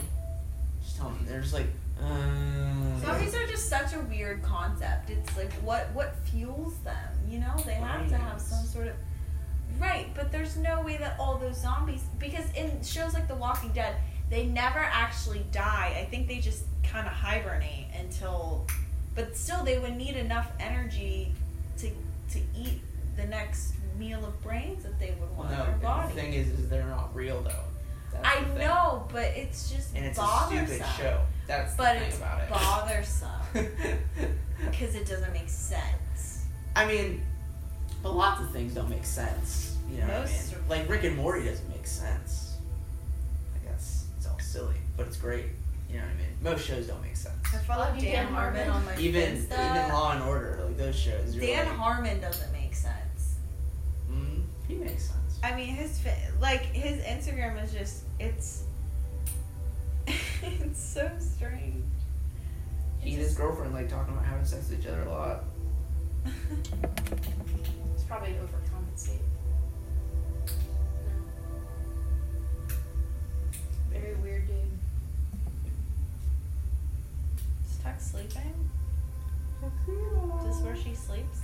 Just tell them they're just like. Uh, Zombies are just such a weird concept. It's like what what fuels them? You know, they have to have some sort of right. But there's no way that all those zombies because in shows like The Walking Dead, they never actually die. I think they just kind of hibernate until, but still they would need enough energy to to eat the next meal of brains that they would Well, want in their no, body. the thing is, is they're not real though. That's I the thing. know, but it's just And it's a bothersome. stupid show. That's But the thing it's about it. bothersome because it doesn't make sense. I mean, but lots of things don't make sense. You know Most what I are- mean? Like Rick and Morty doesn't make sense. I guess it's all silly, but it's great. You know what I mean? Most shows don't make sense. I follow Love Dan, you, Dan Harmon Harmon. on my Even Insta. even Law and Order, like those shows. You're Dan like, Harmon doesn't make sense. mm, he makes sense. I mean, his fa- like his Instagram is just it's it's so strange. He and his girlfriend like talking about having sex with each other a lot. It's probably to overcompensate. No. Very weird dude. Stuck sleeping. Is this where she sleeps?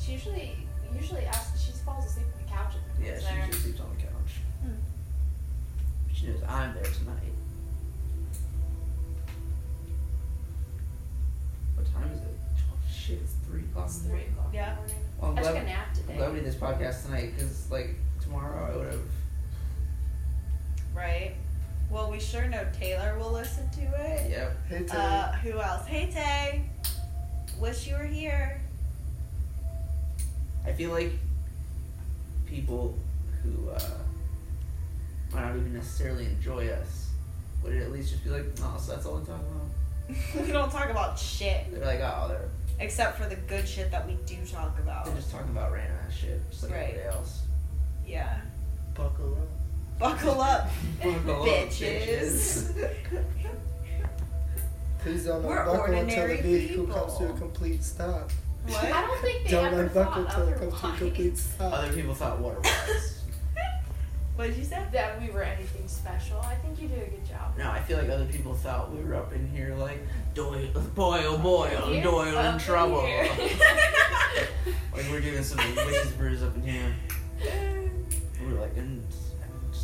She usually usually asks, she falls asleep on the couch. if Yeah, anyone's she there. usually sleeps on the couch. Hmm. She knows I'm there tonight. What time is it? Oh shit, it's three o'clock. It's three o'clock. in the Yeah. morning. Well, I'm I took glad- a nap today. I'm glad we did this podcast tonight because, like, tomorrow I would have. Right. Well, we sure know Taylor will listen to it. Yep. Hey, Taylor. Uh, who else? Hey Tay. Wish you were here. I feel like people who uh, might not even necessarily enjoy us would at least just be like, "No, so that's all they talk about." we don't talk about shit They're like, "Oh, they're except for the good shit that we do talk about. they're just talking about random ass shit, just like Right. everybody else." Yeah. Buckle up. Buckle up. Buckle up, Bitches. Please don't We're unbuckle until the ordinary vehicle comes to a people. complete stop. I What? don't think they Don't ever unbuckle thought until it comes to a complete otherwise stop. Other people thought water was. What did you say? that we were anything special. I think you do a good job. no, I feel like other people thought we were up in here like, "Doyle, boy, oh boy, oh, You're Doyle in up trouble." here. Like we're doing some witches brews up in here. We're like, and, and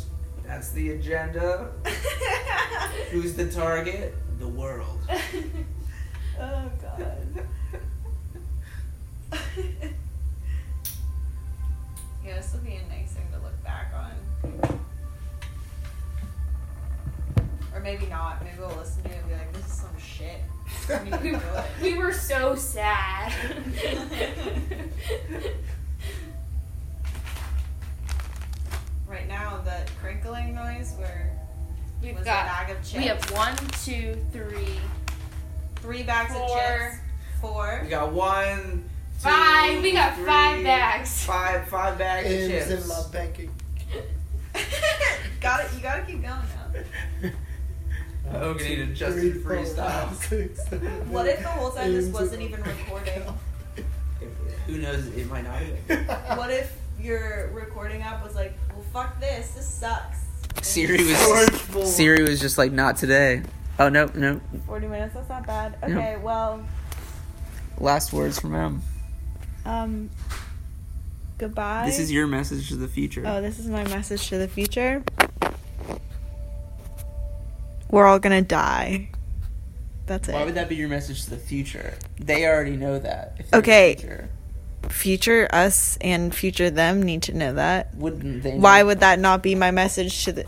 that's the agenda. Who's the target? The world. oh god. yeah, this will be a nice thing to look back on. Or maybe not. Maybe we'll listen to it and be like, this is some shit. We need to do it. we were so sad. Right now, the crinkling noise where We've was a got bag of chips. we have one, two, three, three bags four. of chips. Four. We got one, two, five. We got five three, bags. Five, five bags of M's chips. in my banking. got it. You gotta keep going now. Hogan needed Justin Three, four, freestyle. five, six, seven, What if the whole time this eight, wasn't eight, even eight. recording? Who knows? It might not. Even. What if your recording app was like, well, fuck this, this sucks. Siri George Bull. was Siri was just like not today. Oh no, no. 40 minutes, that's not bad. Yeah. Okay, well, Last words from him. um, goodbye. This is your message to the future. Oh, this is my message to the future. We're all gonna die. That's it. Why would that be your message to the future? They already know that. if they're Okay. the future. future us and future them need to know that. Wouldn't they? Why know- would that not be my message to the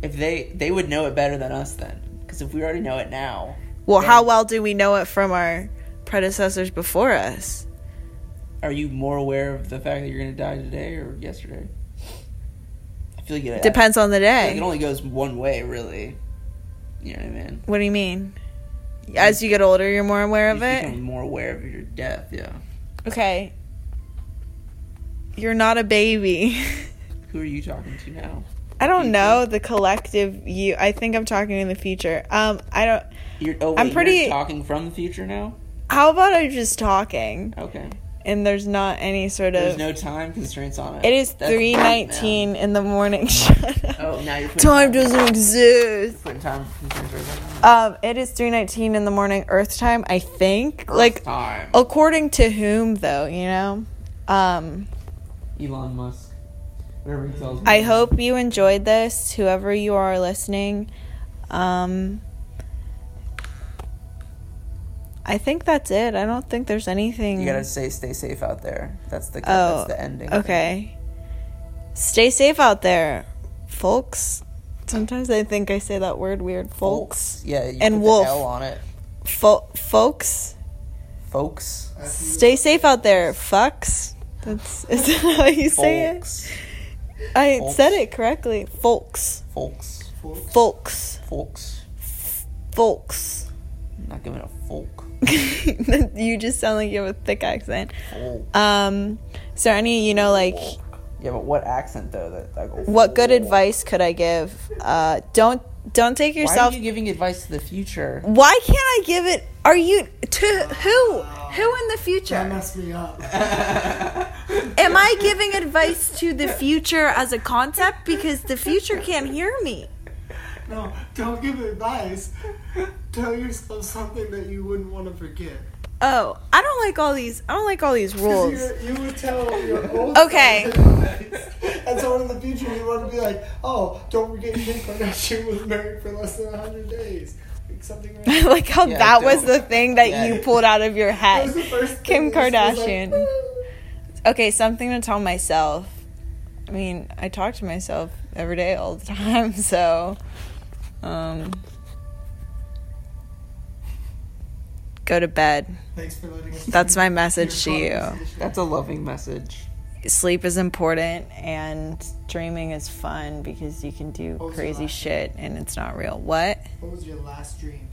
if they they would know it better than us then? Because if we already know it now, Well, Yeah. how well do we know it from our predecessors before us? are you more aware of the fact that you're going to die today or yesterday? I feel like it Depends on the I feel like it day. only goes one way, really. You know what I mean? What do you mean? As you get older, you're more aware of you it? become more aware of your death. Yeah. Okay. You're not a baby. Who are you talking to now? I don't know the collective you. I think I'm talking in the future. Um, I don't. You're, oh, wait, I'm pretty- You're talking from the future now. How about I'm just talking Okay. and there's not any sort There's of. no time constraints on it. It is That's great, three man. nineteen in the morning. Shut up. Oh, now you're putting Time doesn't exist. putting time constraints right now. Um, it is three nineteen in the morning Earth time, I think. like time. Oh. according to whom though, you know? Um, Elon Musk. Whatever he tells me. I hope you enjoyed this, whoever you are listening. Um, I think that's it. I don't think there's anything. You gotta say, stay safe out there. That's the Oh, that's the ending. okay. Stay safe out there, folks. Sometimes I think I say that word weird. Folks. Folks. Yeah. You And put wolf. The L on it. Fo- folks. Folks. Stay safe out there, fucks. That's is that how you say it? folks. I Folks. said it correctly. Folks. Folks. Folks. Folks. Folks. I'm not giving a folk. you just sound like you have a thick accent. Folk. Um so any you know like Yeah, but what accent though? That like, what good folk. advice could I give? Uh don't don't take Why yourself are you giving advice to the future? Why can't I give it are you to who? Who in the That future? messed me up. Am I giving advice to the future as a concept because the future can't hear me? No, don't give advice. Tell yourself something that you wouldn't want to forget. Oh, I don't like all these. I don't like all these 'Cause rules. you're- You would tell your old Okay. self. and so in the future you want to be like, oh, don't forget Kim Kardashian was married for less than hundred days. Like something like that. like how Yeah, that don't. was the thing that Yeah. you pulled out of your That was head. the first Kim thing that was Kardashian. like, Okay, something to tell myself. I mean, I talk to myself every day, all the time. So, um, go to bed. Thanks for letting us. That's my message to you. That's a loving message. Sleep is important, and dreaming is fun because you can do What was your crazy last- shit, and it's not real. What? What was your last dream?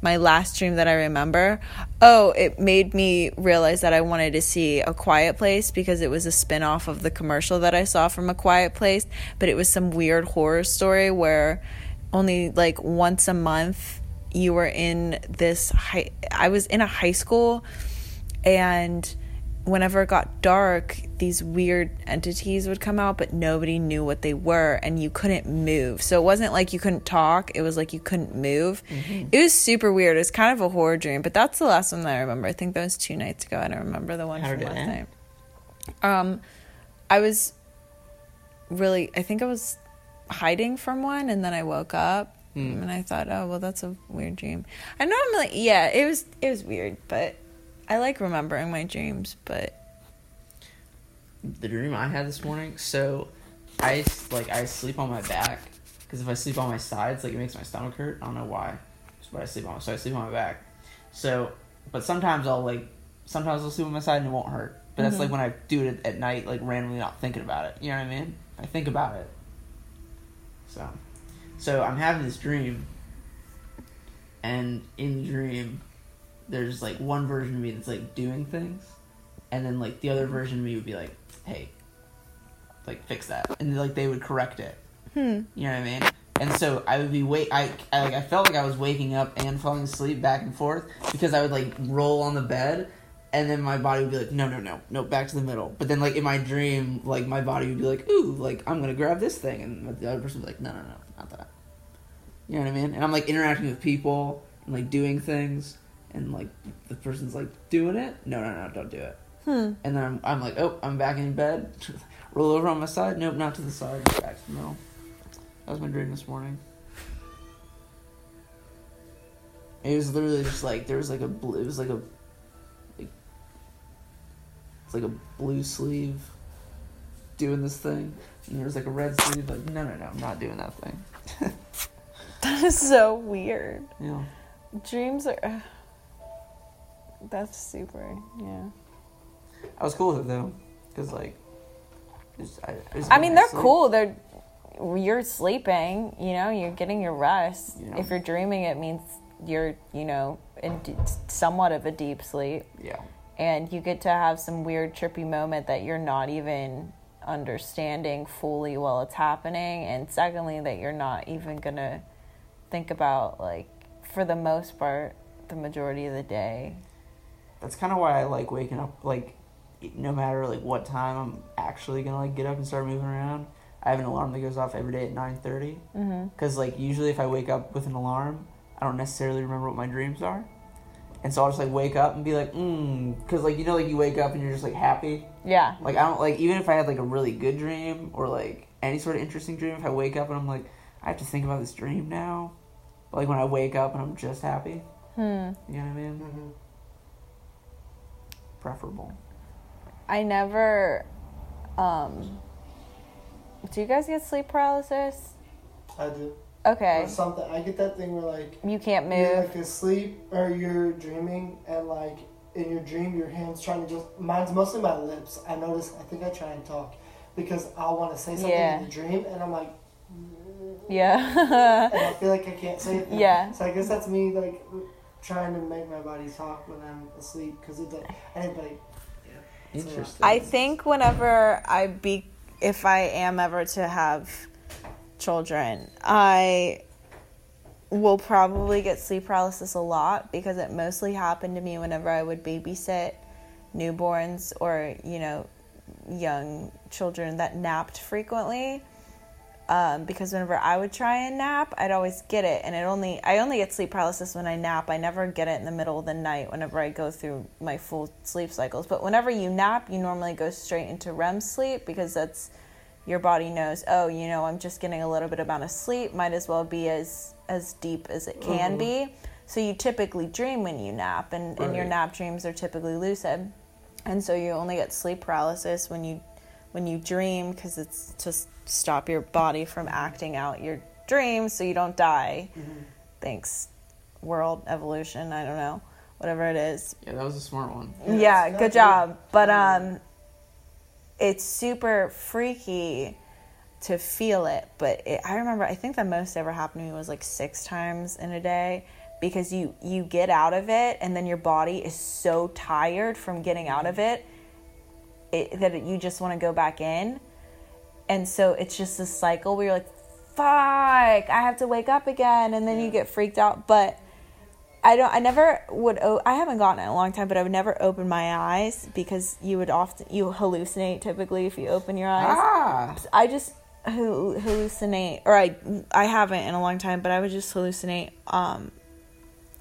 my last dream that I remember. Oh, it made me realize that I wanted to see A Quiet Place because it was a spin off of the commercial that I saw from A Quiet Place, but it was some weird horror story where only like once a month you were in this high I was in a high school and whenever it got dark these weird entities would come out but nobody knew what they were and you couldn't move so it wasn't like you couldn't talk it was like you couldn't move Mm-hmm. it was super weird it was kind of a horror dream but that's the last one that i remember i think that was two nights ago i don't remember the one How from did it last night end? um i was really i think i was hiding from one and then i woke up Hmm. and i thought oh well that's a weird dream i normally yeah it was it was weird but i like remembering my dreams but the dream I had this morning. So, I s- like I sleep on my back because if I sleep on my sides, like it makes my stomach hurt. I don't know why. That's what I sleep on. So I sleep on my back. So, but sometimes I'll like sometimes I'll sleep on my side and it won't hurt. But that's like when I do it at night, like randomly, not thinking about it. You know what I mean? I think about it. So, so I'm having this dream, and in the dream, there's like one version of me that's like doing things, and then like the other version of me would be like, Hmm. hey, like fix that, and like they would correct it. You know what I mean? And so I would be wait. I, I like I felt like I was waking up and falling asleep back and forth because I would like roll on the bed, and then my body would be like, no, no, no, no, back to the middle. But then like in my dream, like my body would be like, ooh, like I'm gonna grab this thing, and the other person would be like, no, no, no, not that. You know what I mean? And I'm like interacting with people and like doing things, and like the person's like doing it. No, no, no, don't do it. And then I'm, I'm like, oh, I'm back in bed. Roll over on my side. Nope, not to the side. Back to the middle. That was my dream this morning. It was literally just like there was like a blue. It was like a. Like, it's like a blue sleeve. Doing this thing, and there was like a red sleeve. Like no, no, no, I'm not doing that thing. That is so weird. Yeah. Dreams are. uh, That's super. Yeah. I was cool with it though, because like, it's, I, it's I mean, they're sleep. cool. They're you're sleeping. You know, you're getting your rest. Yeah. If you're dreaming, it means you're you know in d- somewhat of a deep sleep, Yeah, and you get to have some weird trippy moment that you're not even understanding fully while it's happening, and secondly, that you're not even gonna think about like for the most part the majority of the day. that's kind of why I like waking up. Like, no matter like what time I'm actually gonna like get up and start moving around. I have an alarm that goes off every day at nine thirty. Mm-hmm. Because like usually if I wake up with an alarm, I don't necessarily remember what my dreams are, and so I'll just like wake up and be like, mm. Because like you know like you wake up and you're just like happy. Yeah. Like I don't like even if I had like a really good dream or like any sort of interesting dream. If I wake up and I'm like, I have to think about this dream now. But, like when I wake up and I'm just happy. Hmm. You know what I mean? Mm-hmm. Preferable. I never. Um, do you guys get sleep paralysis? I do. Or Okay, something. I get that thing where like you can't you're move. like asleep or you're dreaming and like in your dream your hands trying to just mine's mostly my lips. I notice I think I try and talk because I want to say something Yeah. in the dream and I'm like and Yeah. I feel like I can't say it. Yeah. So I guess that's me like trying to make my body talk when I'm asleep because it's like and it's like Interesting. I think whenever I be, if I am ever to have children, I will probably get sleep paralysis a lot because it mostly happened to me whenever I would babysit newborns or you know young children that napped frequently. Um, because whenever I would try and nap, I'd always get it, and it only I only get sleep paralysis when I nap. I never get it in the middle of the night. Whenever I go through my full sleep cycles, but whenever you nap, you normally go straight into REM sleep because that's your body knows. Oh, you know, I'm just getting a little bit amount of sleep. Might as well be as as deep as it can be. So you typically dream when you nap, and, and your Right. nap dreams are typically lucid, and so you only get sleep paralysis when you when you dream because it's to s- stop your body from acting out your dreams so you don't die. Mm-hmm. Thanks, world evolution. I don't know, whatever it is. Yeah, that was a smart one. Yeah, it's good not Mm-hmm. job. But um, it's super freaky to feel it. But it, I remember, I think the most ever happened to me was like six times in a day because you you get out of it and then your body is so tired from getting out of Mm-hmm. it, it that you just want to go back in. And so it's just this cycle where you're like, fuck, I have to wake up again. And then you get freaked out. But I don't, I never would, o- I haven't gotten it in a long time, but I would never open my eyes because you would often, you hallucinate typically if you open your eyes. Ah, I just hal- hallucinate, or I, I haven't in a long time, but I would just hallucinate. Um,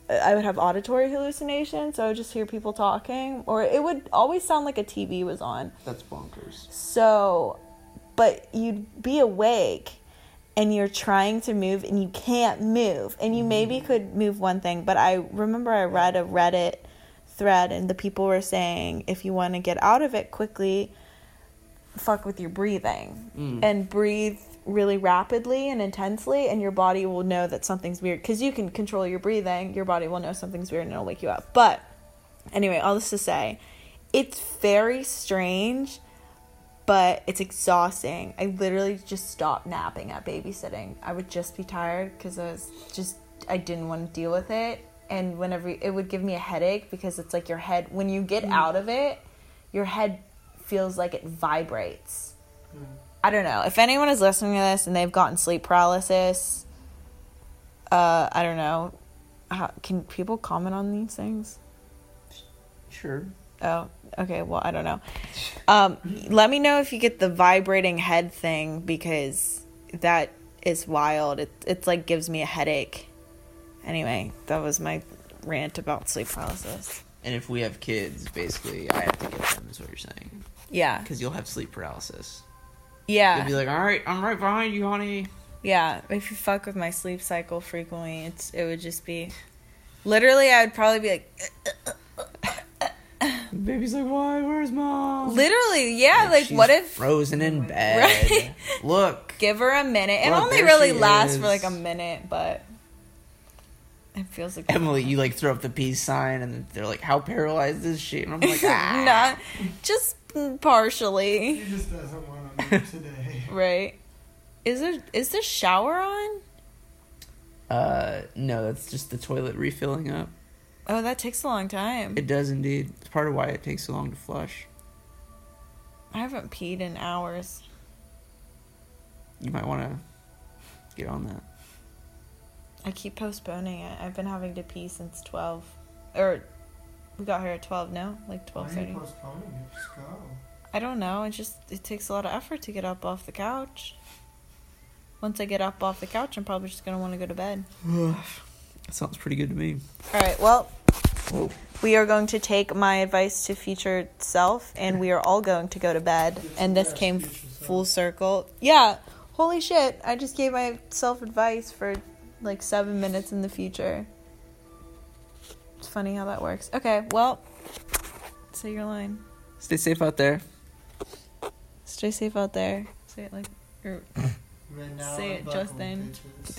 I would have auditory hallucinations, so I would just hear people talking, or it would always sound like a TV was on. that's bonkers. So, but you'd be awake and you're trying to move and you can't move. And you maybe could move one thing, but I remember I read a Reddit thread and the people were saying if you want to get out of it quickly, fuck with your breathing Hmm. Mm. and breathe really rapidly and intensely and your body will know that something's weird because you can control your breathing your body will know something's weird and it'll wake you up but anyway all this to say it's very strange but it's exhausting. I literally just stopped napping at babysitting. I would just be tired because I was just I didn't want to deal with it. And whenever it would give me a headache because it's like your head when you get out of it, your head feels like it vibrates. I don't know. If anyone is listening to this and they've gotten sleep paralysis, uh, I don't know. How, can people comment on these things? Sure. Oh, okay. Well, I don't know. Um, let me know if you get the vibrating head thing because that is wild. It it's like gives me a headache. Anyway, that was my rant about sleep paralysis. And if we have kids, basically, I have to get them. Is what you're saying? Yeah. Because you'll have sleep paralysis. You'll be Yeah. like, all right, I'm right behind you, honey. Yeah. If you fuck with my sleep cycle frequently, it's it would just be literally I would probably be like Baby's like, why? Where's mom? literally, yeah, like She's what if frozen in bed? Right? Look, give her a minute. It Well, only there really she lasts for is. like a minute, but it feels like Emily, you like throw up the peace sign, and they're like, how paralyzed is she? And I'm like, ah. not just partially, He just doesn't want to move today. right? Is there is the shower on? Uh, no, that's just the toilet refilling up. Oh, that takes a long time. It does indeed. It's part of why it takes so long to flush. I haven't peed in hours. You might want to get on that. I keep postponing it. I've been having to pee since twelve, or we got here at twelve. No, like Why twelve are you thirty. postponing it? Just go. I don't know. It just it takes a lot of effort to get up off the couch. Once I get up off the couch, I'm probably just gonna want to go to bed. that sounds pretty good to me. All right. Well, we are going to take my advice to future self, and we are all going to go to bed. And this came full circle. Yeah. Holy shit! I just gave myself advice for like seven minutes in the future. It's funny how that works. Okay. Well, say your line. Stay safe out there. Stay safe out there. Say it like. Or Right now, Say I'm it, buckled, Justin. bitches.